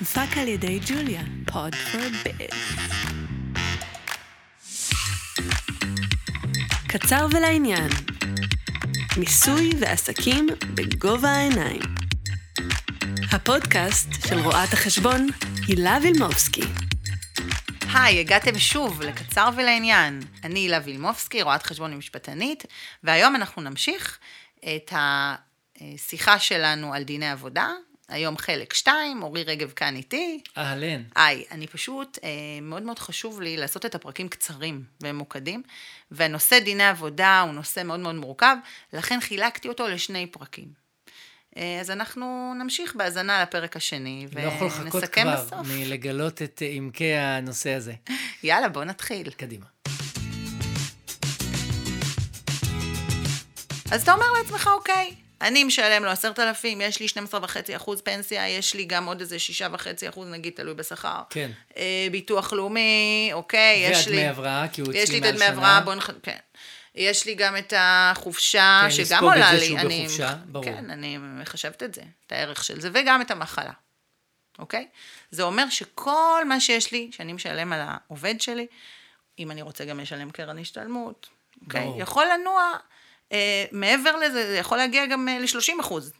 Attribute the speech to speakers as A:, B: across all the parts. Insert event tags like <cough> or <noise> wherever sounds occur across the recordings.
A: הופק על ידי ג'וליה, פוד פור ביז. קצר ולעניין, מיסוי ועסקים בגובה העיניים. הפודקאסט של רואת החשבון הילה וילמובסקי.
B: היי, הגעתם שוב לקצר ולעניין. אני הילה וילמובסקי, רואת חשבון ומשפטנית, והיום אנחנו נמשיך את השיחה שלנו על דיני עבודה. היום חלק 2, אורי רגב כאן איתי.
C: אהלן.
B: היי, אני פשוט, אה, מאוד מאוד חשוב לי לעשות את הפרקים קצרים וממוקדים, והנושא דיני עבודה הוא נושא מאוד מאוד מורכב, לכן חילקתי אותו לשני פרקים. אה, אז אנחנו נמשיך בהאזנה לפרק השני,
C: לא יכול לחכות
B: ונסכם
C: כבר
B: בסוף.
C: מלגלות את אה, עמקי הנושא הזה.
B: יאללה, בוא נתחיל.
C: קדימה.
B: אז אתה אומר לעצמך, אוקיי, אני משלם לו עשרת אלפים, יש לי 12.5 אחוז פנסיה, יש לי גם עוד איזה שישה וחצי אחוז, נגיד, תלוי בשכר.
C: כן.
B: אה, ביטוח לאומי, אוקיי, יש לי...
C: והדמי הבראה, כי הוא
B: יש לי
C: אצלי
B: את
C: מעל
B: הדמי
C: שנה.
B: הבראה, בוא נח... כן. יש לי גם את החופשה,
C: כן,
B: שגם
C: לספוג את
B: עולה
C: זה
B: לי.
C: שהוא
B: אני-
C: בחופשה, ברור.
B: כן, אני מחשבת את זה, את הערך של זה, וגם את המחלה, אוקיי? זה אומר שכל מה שיש לי, שאני משלם על העובד שלי, אם אני רוצה גם לשלם קרן השתלמות, אוקיי?
C: ברור.
B: יכול לנוע, אה, מעבר לזה, זה יכול להגיע גם אה, ל-30 אחוז.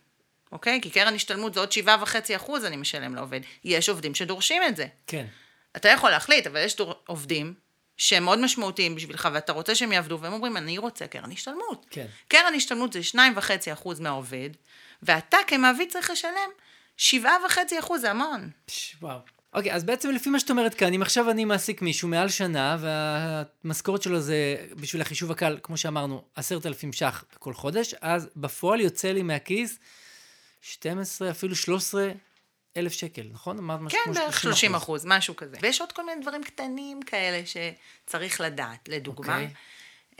B: אוקיי? כי קרן השתלמות זה עוד 7.5 אחוז אני משלם לעובד. יש עובדים שדורשים את זה.
C: כן.
B: אתה יכול להחליט, אבל יש דור- עובדים שהם מאוד משמעותיים בשבילך, ואתה רוצה שהם יעבדו, והם אומרים, אני רוצה קרן השתלמות.
C: כן.
B: קרן השתלמות זה 2.5% מהעובד, ואתה כמעביד צריך לשלם 7.5%, זה המון.
C: פש, וואו. אוקיי, אז בעצם לפי מה שאת אומרת כאן, אם עכשיו אני מעסיק מישהו מעל שנה, והמשכורת שלו זה, בשביל החישוב הקל, כמו שאמרנו, 10,000 ש"ח כל חודש, אז בפועל יוצא לי מהכיס 12, אפילו 13 אלף שקל, נכון? אמרת משהו
B: כן,
C: כמו
B: בערך 30 אחוז, משהו כזה. ויש עוד כל מיני דברים קטנים כאלה שצריך לדעת. לדוגמה,
C: אוקיי.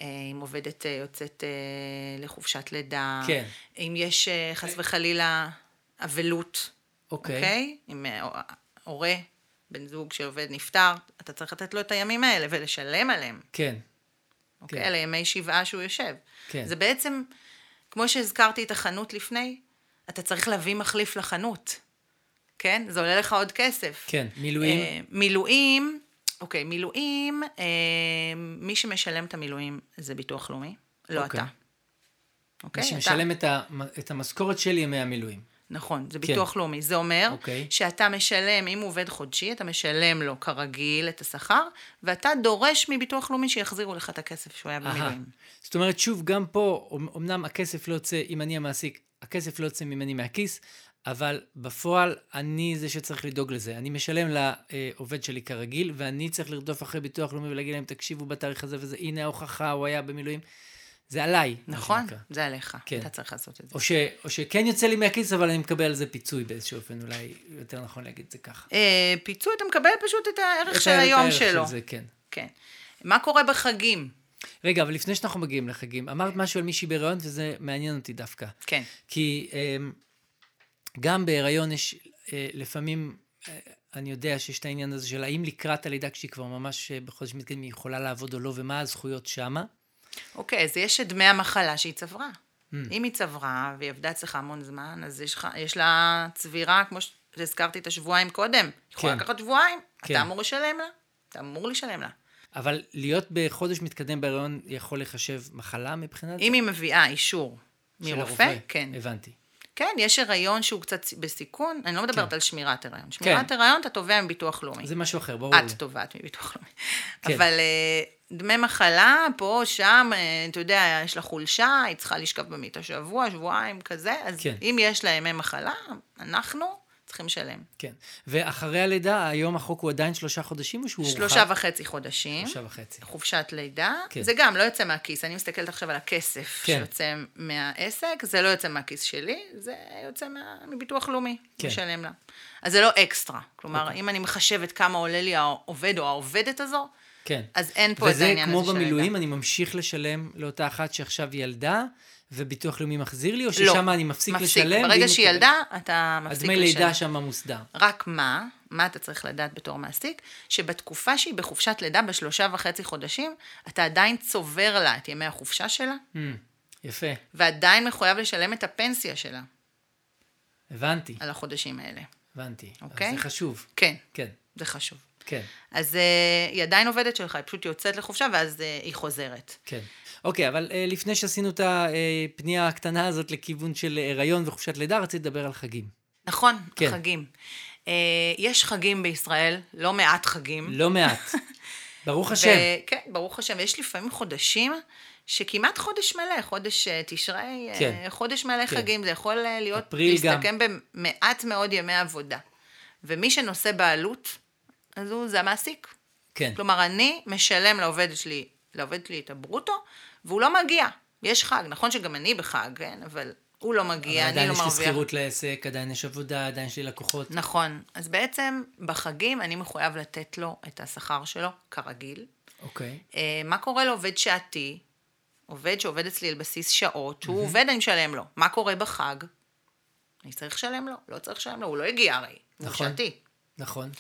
B: אה, אם עובדת אה, יוצאת אה, לחופשת לידה,
C: כן.
B: אם יש אה, חס וחלילה אבלות,
C: אוקיי.
B: אוקיי? אם אה, הורה- הורה, בן זוג שעובד נפטר, אתה צריך לתת לו את הימים האלה ולשלם עליהם,
C: כן.
B: אוקיי?
C: כן.
B: אלה ימי שבעה שהוא יושב.
C: כן.
B: זה בעצם, כמו שהזכרתי את החנות לפני, אתה צריך להביא מחליף לחנות, כן? זה עולה לך עוד כסף.
C: כן. מילואים?
B: אה, מילואים, אוקיי, מילואים, אה, מי שמשלם את המילואים זה ביטוח לאומי, לא
C: אוקיי.
B: אתה.
C: מי
B: אוקיי? אתה-
C: שמשלם את המ- את המשכורת של ימי המילואים.
B: נכון, זה ביטוח לאומי. זה אומר
C: כן. אוקיי.
B: שאתה משלם, אם הוא עובד חודשי, אתה משלם לו כרגיל את השכר, ואתה דורש מביטוח לאומי שיחזירו לך את הכסף שהוא היה
C: אהה.
B: במילואים.
C: זאת אומרת, שוב, גם פה, אמ- אמנם הכסף לא יוצא, אם אני המעסיק, הכסף לא יוצא ממני מהכיס, אבל בפועל אני זה שצריך לדאוג לזה. אני משלם לעובד שלי כרגיל, ואני צריך לרדוף אחרי ביטוח לאומי ולהגיד להם, תקשיבו בתאריך הזה וזה, הנה ההוכחה, הוא היה במילואים. זה עליי. מה
B: נכון?
C: שנקרא.
B: זה עליך,
C: כן.
B: אתה צריך לעשות את זה.
C: או, ש, או שכן יוצא לי מהכיס, אבל אני מקבל על זה פיצוי באיזשהו אופן, אולי יותר נכון להגיד את זה ככה.
B: אה, פיצוי, אתה מקבל פשוט את הערך של
C: את
B: היום
C: הערך של
B: שלו.
C: זה, כן.
B: כן. מה קורה בחגים?
C: רגע, אבל לפני שאנחנו מגיעים לחגים, אמרת משהו על מישהי בהיריון, וזה מעניין אותי דווקא.
B: כן.
C: כי אמ, גם בהיריון יש אה, לפעמים, אה, אני יודע שיש את העניין הזה של האם לקראת הלידה, כשהיא כבר ממש אה, בחודש מתקדם, היא יכולה לעבוד או לא, ומה הזכויות שמה.
B: אוקיי, אז יש את דמי המחלה שהיא צברה.
C: Hmm.
B: אם היא צברה והיא עבדה אצלך המון זמן, אז יש, לך, יש לה צבירה, כמו שהזכרתי את השבועיים קודם. היא יכולה
C: כן.
B: לקחת שבועיים,
C: כן.
B: אתה אמור לשלם לה. אתה אמור לשלם לה.
C: אבל להיות בחודש מתקדם בהיריון יכול להיחשב מחלה מבחינת
B: אם היא מביאה אישור
C: של
B: מרופא, כן.
C: הבנתי.
B: כן, יש הריון שהוא קצת בסיכון, אני לא מדברת על שמירת הריון. שמירת
C: כן.
B: הריון אתה תובע מביטוח לאומי.
C: זה משהו אחר, ברור. לי.
B: את תובעת מביטוח לאומי.
C: כן.
B: אבל אה, דמי מחלה, פה, שם, אה, אתה יודע, יש לה חולשה, היא צריכה לשכב במיטה שבוע, שבועיים, כזה, אז
C: כן.
B: אם יש לה ימי מחלה, אנחנו צריכים לשלם.
C: כן. ואחרי הלידה, היום החוק הוא עדיין שלושה חודשים, או שהוא הורחב?
B: שלושה וחצי חודשים.
C: שלושה וחצי.
B: חופשת לידה,
C: כן.
B: זה גם לא יוצא מהכיס, אני מסתכלת עכשיו על הכסף
C: כן.
B: שיוצא מהעסק, זה לא יוצא מהכיס שלי, זה יוצא מה... מביטוח לאומי,
C: כן. אוקיי.
B: משלם לה. אז זה לא אקסטרה, כלומר, אם אני מחשבת כמה עולה לי העובד או העובדת הזו,
C: כן.
B: אז אין פה את העניין הזה
C: וזה
B: של לידה.
C: כמו במילואים, אני ממשיך לשלם לאותה אחת שעכשיו ילדה, וביטוח לאומי מחזיר לי, או
B: לא.
C: ששם אני מפסיק לשלם? והיא
B: ברגע שהיא
C: מקבלת?
B: ילדה, אתה
C: אז
B: מפסיק
C: דמי
B: לשלם. Mm.
C: לידה שם מוסדר.
B: רק מה, מה אתה צריך לדעת בתור מעסיק? שבתקופה שהיא בחופשת לידה, בשלושה וחצי חודשים, אתה עדיין צובר לה את ימי החופשה שלה,
C: Hmm, יפה,
B: ועדיין מחויב לשלם את הפנסיה שלה
C: הבנתי.
B: על החודשים האלה.
C: הבנתי. אז
B: אוקיי?
C: זה חשוב.
B: כן,
C: כן,
B: זה חשוב.
C: כן.
B: אז אה, היא עדיין עובדת שלך, היא פשוט יוצאת לחופשה ואז אה, היא חוזרת.
C: כן. אוקיי, אבל אה, לפני שעשינו את הפנייה הקטנה הזאת לכיוון של הריון וחופשת לידה, רציתי לדבר על חגים.
B: נכון,
C: כן.
B: כן. חגים. אה, יש חגים בישראל, לא מעט חגים.
C: לא מעט.
B: <laughs>
C: ברוך השם.
B: ו- כן, ברוך השם. ויש לפעמים חודשים שכמעט חודש מלא, חודש אה, תשרי, אה,
C: כן.
B: חודש מלא
C: כן.
B: חגים, זה יכול אה, להיות,
C: אפריל גם.
B: להסתכם במעט מאוד ימי עבודה. ומי שנושא בעלות, אז הוא, זה המעסיק.
C: כן.
B: כלומר, אני משלם לעובד שלי, לעובד שלי את הברוטו, והוא לא מגיע. יש חג, נכון שגם אני בחג, כן? אבל הוא לא מגיע,
C: אבל
B: אני לא
C: עדיין יש
B: מרוויח.
C: לי שכירות לעסק, עדיין יש עבודה, עדיין יש לי לקוחות.
B: נכון. אז בעצם, בחגים אני מחויב לתת לו את השכר שלו, כרגיל.
C: אוקיי.
B: אה, מה קורה לעובד שעתי? עובד שעובד אצלי על בסיס שעות, הוא עובד, אני משלם לו. מה קורה בחג? אני צריך לשלם לו, לא צריך לשלם לו, הוא לא הגיע הרי. הוא
C: נכון.
B: שעתי.
C: נכון.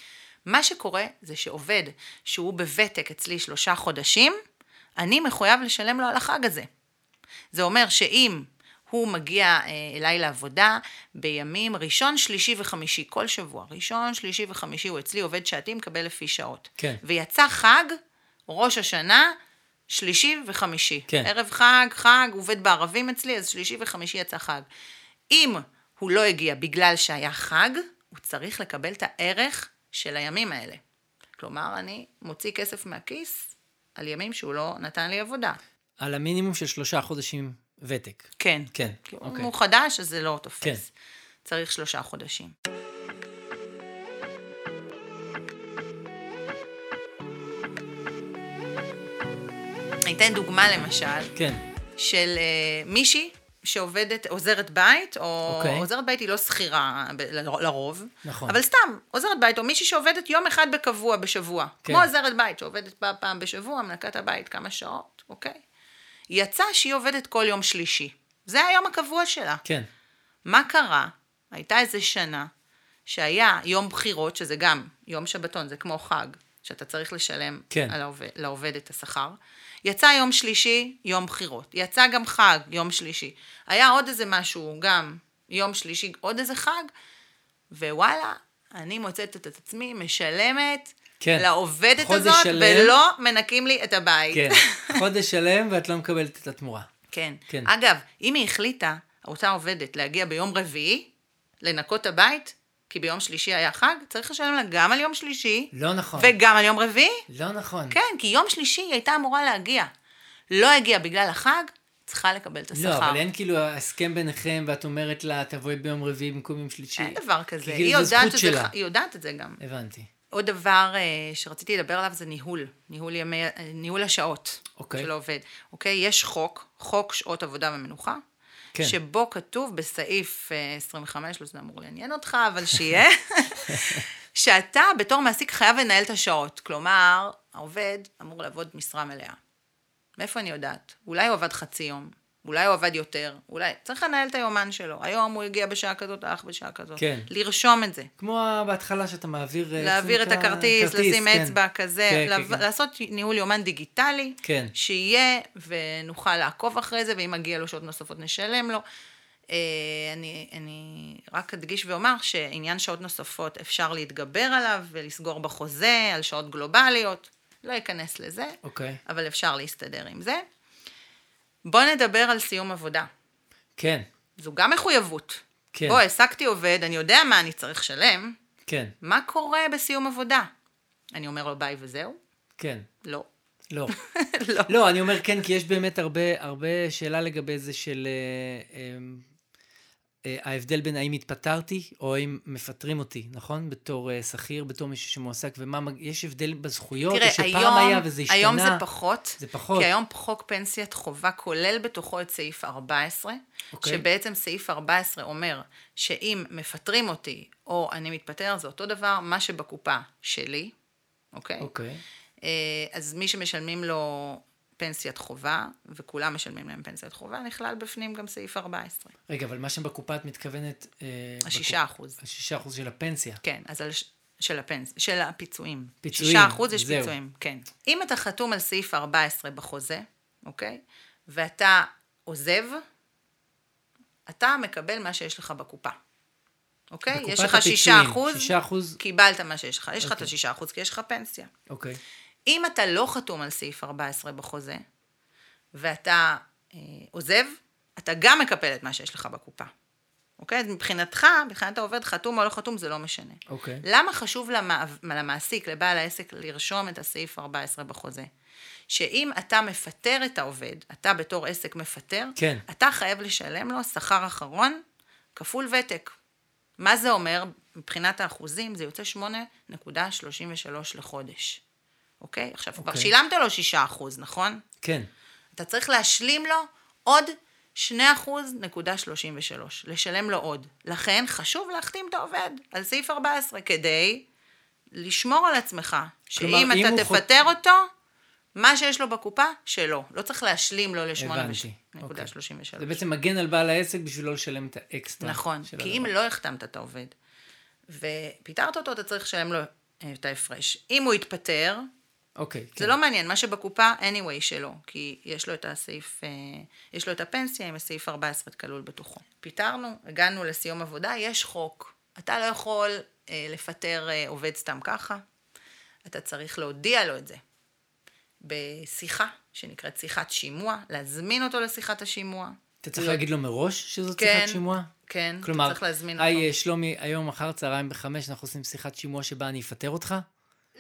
B: מה שקורה זה שעובד שהוא בוותק אצלי שלושה חודשים, אני מחויב לשלם לו על החג הזה. זה אומר שאם הוא מגיע אה, אליי לעבודה בימים ראשון, שלישי וחמישי, כל שבוע, ראשון, שלישי וחמישי, הוא אצלי עובד שעתי, מקבל לפי שעות.
C: כן.
B: ויצא חג, ראש השנה, שלישי וחמישי.
C: כן.
B: ערב חג, חג, הוא עובד בערבים אצלי, אז שלישי וחמישי יצא חג. אם הוא לא הגיע בגלל שהיה חג, הוא צריך לקבל את הערך של הימים האלה. כלומר, אני מוציא כסף מהכיס על ימים שהוא לא נתן לי עבודה.
C: על המינימום של שלושה חודשים ותק.
B: כן.
C: כן,
B: כי אם
C: אוקיי.
B: הוא חדש, אז זה לא תופס.
C: כן.
B: צריך שלושה חודשים. אני אתן דוגמה למשל,
C: כן,
B: של אה, מישהי שעובדת, עוזרת בית, או
C: אוקיי.
B: okay. עוזרת בית היא לא שכירה ב- ל- לרוב,
C: נכון.
B: אבל סתם, עוזרת בית, או מישהי שעובדת יום אחד בקבוע בשבוע,
C: כן.
B: כן. כמו עוזרת בית שעובדת פעם, פעם בשבוע, מנקת הבית כמה שעות, אוקיי? יצא שהיא עובדת כל יום שלישי. זה היום הקבוע שלה.
C: כן.
B: אוקיי. מה קרה? הייתה איזה שנה שהיה יום בחירות, שזה גם יום שבתון, זה כמו חג, שאתה צריך לשלם
C: כן.
B: על העובד, לעובד את השכר. יצא יום שלישי, יום בחירות. יצא גם חג, יום שלישי. היה עוד איזה משהו, גם יום שלישי, עוד איזה חג, ווואלה, אני מוצאת את עצמי משלמת
C: כן.
B: לעובדת
C: חודש
B: הזאת,
C: שלם.
B: ולא מנקים לי את הבית.
C: כן.
B: <laughs>
C: חודש שלם ואת לא מקבלת את התמורה.
B: כן.
C: כן.
B: כן. אגב, אם היא החליטה, אותה עובדת, להגיע ביום רביעי, לנקות את הבית, כי ביום שלישי היה חג, צריך לשלם לה גם על יום שלישי,
C: לא נכון.
B: וגם על יום רביעי.
C: לא נכון.
B: כן, כי יום שלישי היא הייתה אמורה להגיע. לא הגיעה בגלל החג, צריכה לקבל את השכר.
C: לא, אבל אין כאילו הסכם ביניכם, ואת אומרת לה, תבואי ביום רביעי במקום יום שלישי.
B: אין דבר כזה.
C: כי
B: היא
C: כאילו זו
B: יודעת,
C: זכות
B: את זה,
C: שלה.
B: היא יודעת את זה גם.
C: הבנתי.
B: עוד דבר אה, שרציתי לדבר עליו זה ניהול, ניהול, ימי, אה, ניהול השעות
C: אוקיי.
B: של העובד. אוקיי? יש חוק, חוק שעות עבודה ומנוחה,
C: כן.
B: שבו כתוב בסעיף אה, 25, לא שזה אמור לעניין אותך, אבל
C: <laughs>
B: שיהיה, שאתה בתור מעסיק חייב לנהל את השעות. כלומר, העובד אמור לעבוד משרה מלאה. מאיפה אני יודעת? אולי הוא עבד חצי יום, אולי הוא עבד יותר, אולי... צריך לנהל את היומן שלו. היום הוא הגיע בשעה כזאת, הלך בשעה כזאת.
C: כן.
B: לרשום את זה.
C: כמו ה- בהתחלה שאתה מעביר... אה,
B: להעביר את
C: איפה נקרא?
B: הכרטיס, לשים
C: כן.
B: אצבע כזה,
C: כן,
B: לב-
C: כן, כן.
B: לעשות ניהול יומן דיגיטלי,
C: כן.
B: שיהיה, ונוכל לעקוב אחרי זה, ואם מגיע לו שעות נוספות נשלם לו. אה, אני, אני רק אדגיש ואומר שעניין שעות נוספות אפשר להתגבר עליו ולסגור בחוזה על שעות גלובליות, לא אכנס לזה,
C: אוקיי.
B: אבל אפשר להסתדר עם זה. בואו נדבר על סיום עבודה.
C: כן,
B: זו גם מחויבות.
C: כן.
B: בוא, העסקתי עובד, אני יודע מה אני צריך לשלם,
C: כן,
B: מה קורה בסיום עבודה? אני אומר לו ביי וזהו?
C: כן.
B: לא.
C: לא.
B: <laughs> לא.
C: לא, אני אומר כן, כי יש באמת הרבה, הרבה שאלה לגבי זה של אה, אמ, אה, ההבדל בין האם התפטרתי או האם מפטרים אותי, נכון? בתור אה, שכיר, בתור מישהו שמועסק, ומה, מג- יש הבדל בזכויות,
B: תראה,
C: או לא, שפעם
B: היום,
C: היה וזה השתנה.
B: היום זה פחות,
C: זה פחות.
B: כי היום חוק פנסיית חובה כולל בתוכו את סעיף 14,
C: אוקיי.
B: שבעצם סעיף 14 אומר שאם מפטרים אותי או אני מתפטר, זה אותו דבר, מה שבקופה שלי, אוקיי?
C: אוקיי,
B: אה, אז מי שמשלמים לו פנסיית חובה, וכולם משלמים להם פנסיית חובה, נכלל בפנים גם סעיף 14,
C: רגע, אבל מה שבקופה את מתכוונת... אה,
B: השישה
C: בקופ-
B: אחוז.
C: השישה אחוז של הפנסיה.
B: כן, אז על, ש- של, הפנס, של הפיצויים.
C: פיצויים,
B: שישה אחוז יש
C: זהו.
B: פיצויים, כן. אם אתה חתום על סעיף 14 בחוזה, אוקיי? ואתה עוזב, אתה מקבל מה שיש לך בקופה. אוקיי?
C: בקופת
B: יש לך
C: הפיצויים,
B: 6 אחוז,
C: שישה אחוז?
B: קיבלת מה שיש לך. יש לך את
C: אוקיי.
B: ה-6 אחוז כי יש לך פנסיה.
C: אוקיי.
B: אם אתה לא חתום על סעיף 14 בחוזה, ואתה אה, עוזב, אתה גם מקפל את מה שיש לך בקופה. אוקיי? אז מבחינתך, מבחינת העובד, חתום או לא חתום, זה לא משנה.
C: אוקיי.
B: למה חשוב למעב- למעסיק, לבעל העסק, לרשום את הסעיף 14 בחוזה? שאם אתה מפטר את העובד, אתה בתור עסק מפטר,
C: כן.
B: אתה חייב לשלם לו שכר אחרון כפול ותק. מה זה אומר? מבחינת האחוזים זה יוצא 8.33 לחודש. אוקיי? עכשיו, כבר
C: אוקיי.
B: שילמת לו 6%, נכון?
C: כן.
B: אתה צריך להשלים לו עוד 2.33, לשלם לו עוד. לכן חשוב להחתים את העובד על סעיף 14, כדי לשמור על עצמך,
C: כלומר,
B: שאם
C: אם
B: אתה
C: הוא
B: תפטר אותו, מה שיש לו בקופה, שלו. לא צריך להשלים לו
C: הבנתי. אוקיי. זה
B: ל-8.33.
C: בעצם מגן על בעל העסק בשביל לא לשלם את האקסטרה.
B: נכון,
C: של
B: כי אם
C: הדבר.
B: לא החתמת את העובד ופיטרת אותו, אתה צריך לשלם לו אה, את ההפרש. אם הוא יתפטר,
C: אוקיי.
B: זה לא מעניין, מה שבקופה, anyway שלו, כי יש לו את הסעיף, אה, יש לו את הפנסיה עם הסעיף 14 כלול בתוכו. פיטרנו, הגענו לסיום עבודה, יש חוק. אתה לא יכול אה, לפטר אה, עובד סתם ככה, אתה צריך להודיע לו את זה. בשיחה, שנקראת שיחת שימוע, להזמין אותו לשיחת השימוע.
C: אתה צריך להגיד לו מראש שזאת
B: כן.
C: שיחת שימוע?
B: כן,
C: כלומר, אה,
B: אתה צריך להזמין אותו.
C: היי, שלומי, היום אחר צהריים בחמש אנחנו עושים שיחת שימוע שבה אני אפטר אותך?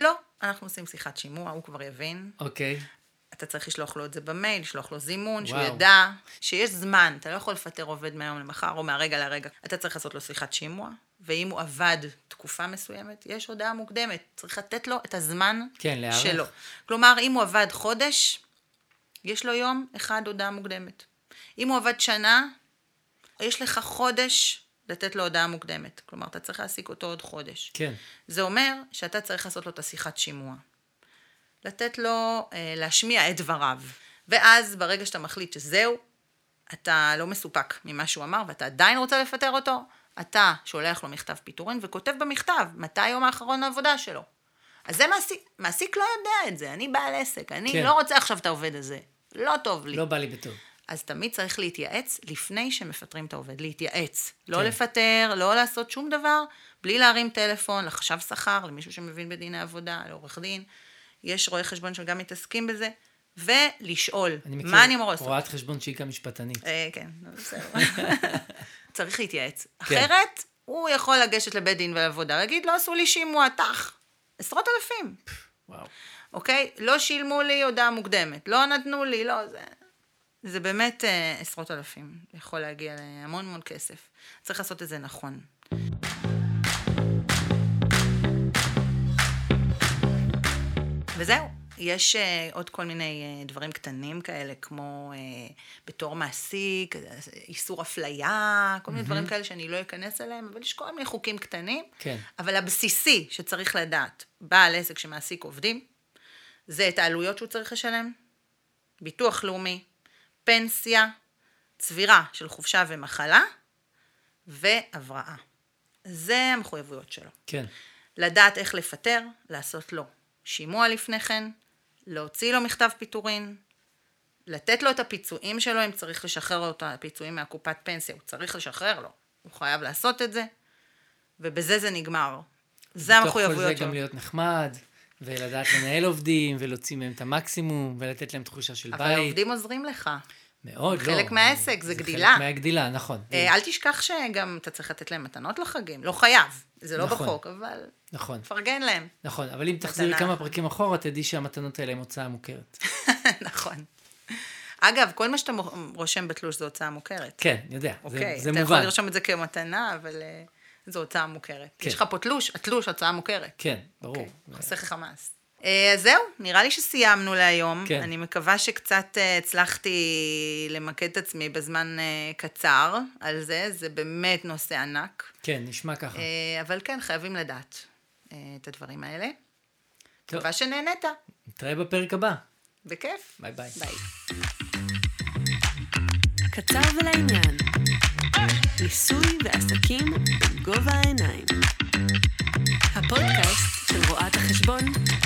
B: לא, אנחנו עושים שיחת שימוע, הוא כבר יבין.
C: אוקיי.
B: אתה צריך לשלוח לו את זה במייל, לשלוח לו זימון, שהוא
C: וואו.
B: ידע שיש זמן, אתה לא יכול לפטר עובד מהיום למחר או מהרגע לרגע. אתה צריך לעשות לו שיחת שימוע, ואם הוא עבד תקופה מסוימת, יש הודעה מוקדמת, צריך לתת לו את הזמן
C: כן, להיערך.
B: שלו. כלומר, אם הוא עבד חודש, יש לו יום אחד הודעה מוקדמת. אם הוא עבד שנה, יש לך חודש לתת לו הודעה מוקדמת. כלומר, אתה צריך להעסיק אותו עוד חודש.
C: כן.
B: זה אומר שאתה צריך לעשות לו את השיחת שימוע. לתת לו אה, להשמיע את דבריו. ואז ברגע שאתה מחליט שזהו, אתה לא מסופק ממה שהוא אמר ואתה עדיין רוצה לפטר אותו, אתה שולח לו מכתב פיטורין וכותב במכתב מתי היום האחרון לעבודה שלו. אז זה מעסיק, מעסיק לא יודע את זה, אני בעל עסק, אני
C: כן.
B: כן. לא רוצה עכשיו את העובד הזה, לא טוב לי.
C: לא בא לי בטוב.
B: אז תמיד צריך להתייעץ לפני שמפטרים את העובד, להתייעץ. לא
C: כן.
B: לפטר, לא לעשות שום דבר, בלי להרים טלפון לחשב שכר, למישהו שמבין בדיני עבודה, לעורך דין. יש רואי חשבון שגם מתעסקים בזה, ולשאול,
C: אני מכיר
B: מה אני אמור לעשות?
C: רואת חשבון שהיא גם משפטנית.
B: אה, כן,
C: <laughs>
B: נו, בסדר. צריך להתייעץ.
C: כן.
B: אחרת, הוא יכול לגשת לבית דין ולעבודה, להגיד, לא עשו לי שימוע, תח. עשרות אלפים.
C: וואו.
B: אוקיי? לא שילמו לי הודעה מוקדמת, לא נתנו לי, לא, זה... זה באמת אה, עשרות אלפים, יכול להגיע להמון המון כסף. צריך לעשות את זה נכון. וזהו, יש אה, עוד כל מיני אה, דברים קטנים כאלה, כמו אה, בתור מעסיק, אה, איסור אפליה, כל מיני דברים כאלה שאני לא אכנס אליהם, אבל יש כל מיני חוקים קטנים.
C: כן.
B: אבל הבסיסי שצריך לדעת, בעל עסק שמעסיק עובדים, זה את העלויות שהוא צריך לשלם, ביטוח לאומי, פנסיה, צבירה של חופשה ומחלה, והבראה. זה המחויבויות שלו.
C: כן.
B: לדעת איך לפטר, לעשות לו שימוע לפני כן, להוציא לו מכתב פיטורין, לתת לו את הפיצויים שלו, אם צריך לשחרר לו את הפיצויים מהקופת פנסיה, הוא צריך לשחרר לו, הוא חייב לעשות את זה, ובזה זה נגמר. זה
C: בתוך
B: המחויבויות
C: כל זה
B: שלו.
C: גם להיות נחמד, ולדעת לנהל עובדים, ולהוציא מהם את המקסימום, ולתת להם תחושה של
B: אבל
C: בית.
B: העובדים עוזרים לך.
C: מאוד, לא.
B: זה חלק מהעסק, זה גדילה.
C: חלק מהגדילה, נכון.
B: אה, אל תשכח שגם אתה צריך לתת להם מתנות לחגים, לא חייב, זה לא
C: נכון.
B: בחוק, אבל
C: נכון,
B: תפרגן להם. <laughs>
C: נכון. אבל אם תחזרי
B: מתנה.
C: כמה פרקים אחורה, תדעי שהמתנות האלה הן הוצאה מוכרת.
B: נכון. אגב, כל מה שאתה מ- רושם בתלוש זה הוצאה מוכרת.
C: כן, אני יודע. זה-
B: אוקיי,
C: זה
B: אתה יכול
C: מובן.
B: לרשום את זה כמתנה, אבל אה, זו הוצאה מוכרת.
C: כן.
B: יש לך פה תלוש, התלוש הוצאה מוכרת.
C: כן, ברור.
B: אוקיי, חוסך לך מס. אה, אז זהו, נראה לי שסיימנו להיום.
C: כן.
B: אני מקווה שקצת אה, הצלחתי למקד את עצמי בזמן אה, קצר על זה, זה באמת נושא ענק.
C: כן, נשמע ככה.
B: אה, אבל כן, חייבים לדעת אה, את הדברים האלה.
C: טוב,
B: מקווה שנהנית,
C: נתראה בפרק הבא.
B: בכיף.
C: ביי ביי.
B: ביי.
A: קצר ולעניין. מיסוי ועסקים בגובה העיניים. הפודקאסט של רואת החשבון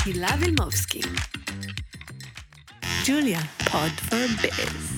A: הילה וילמובסקי. ג'וליה, פוד פור ביז.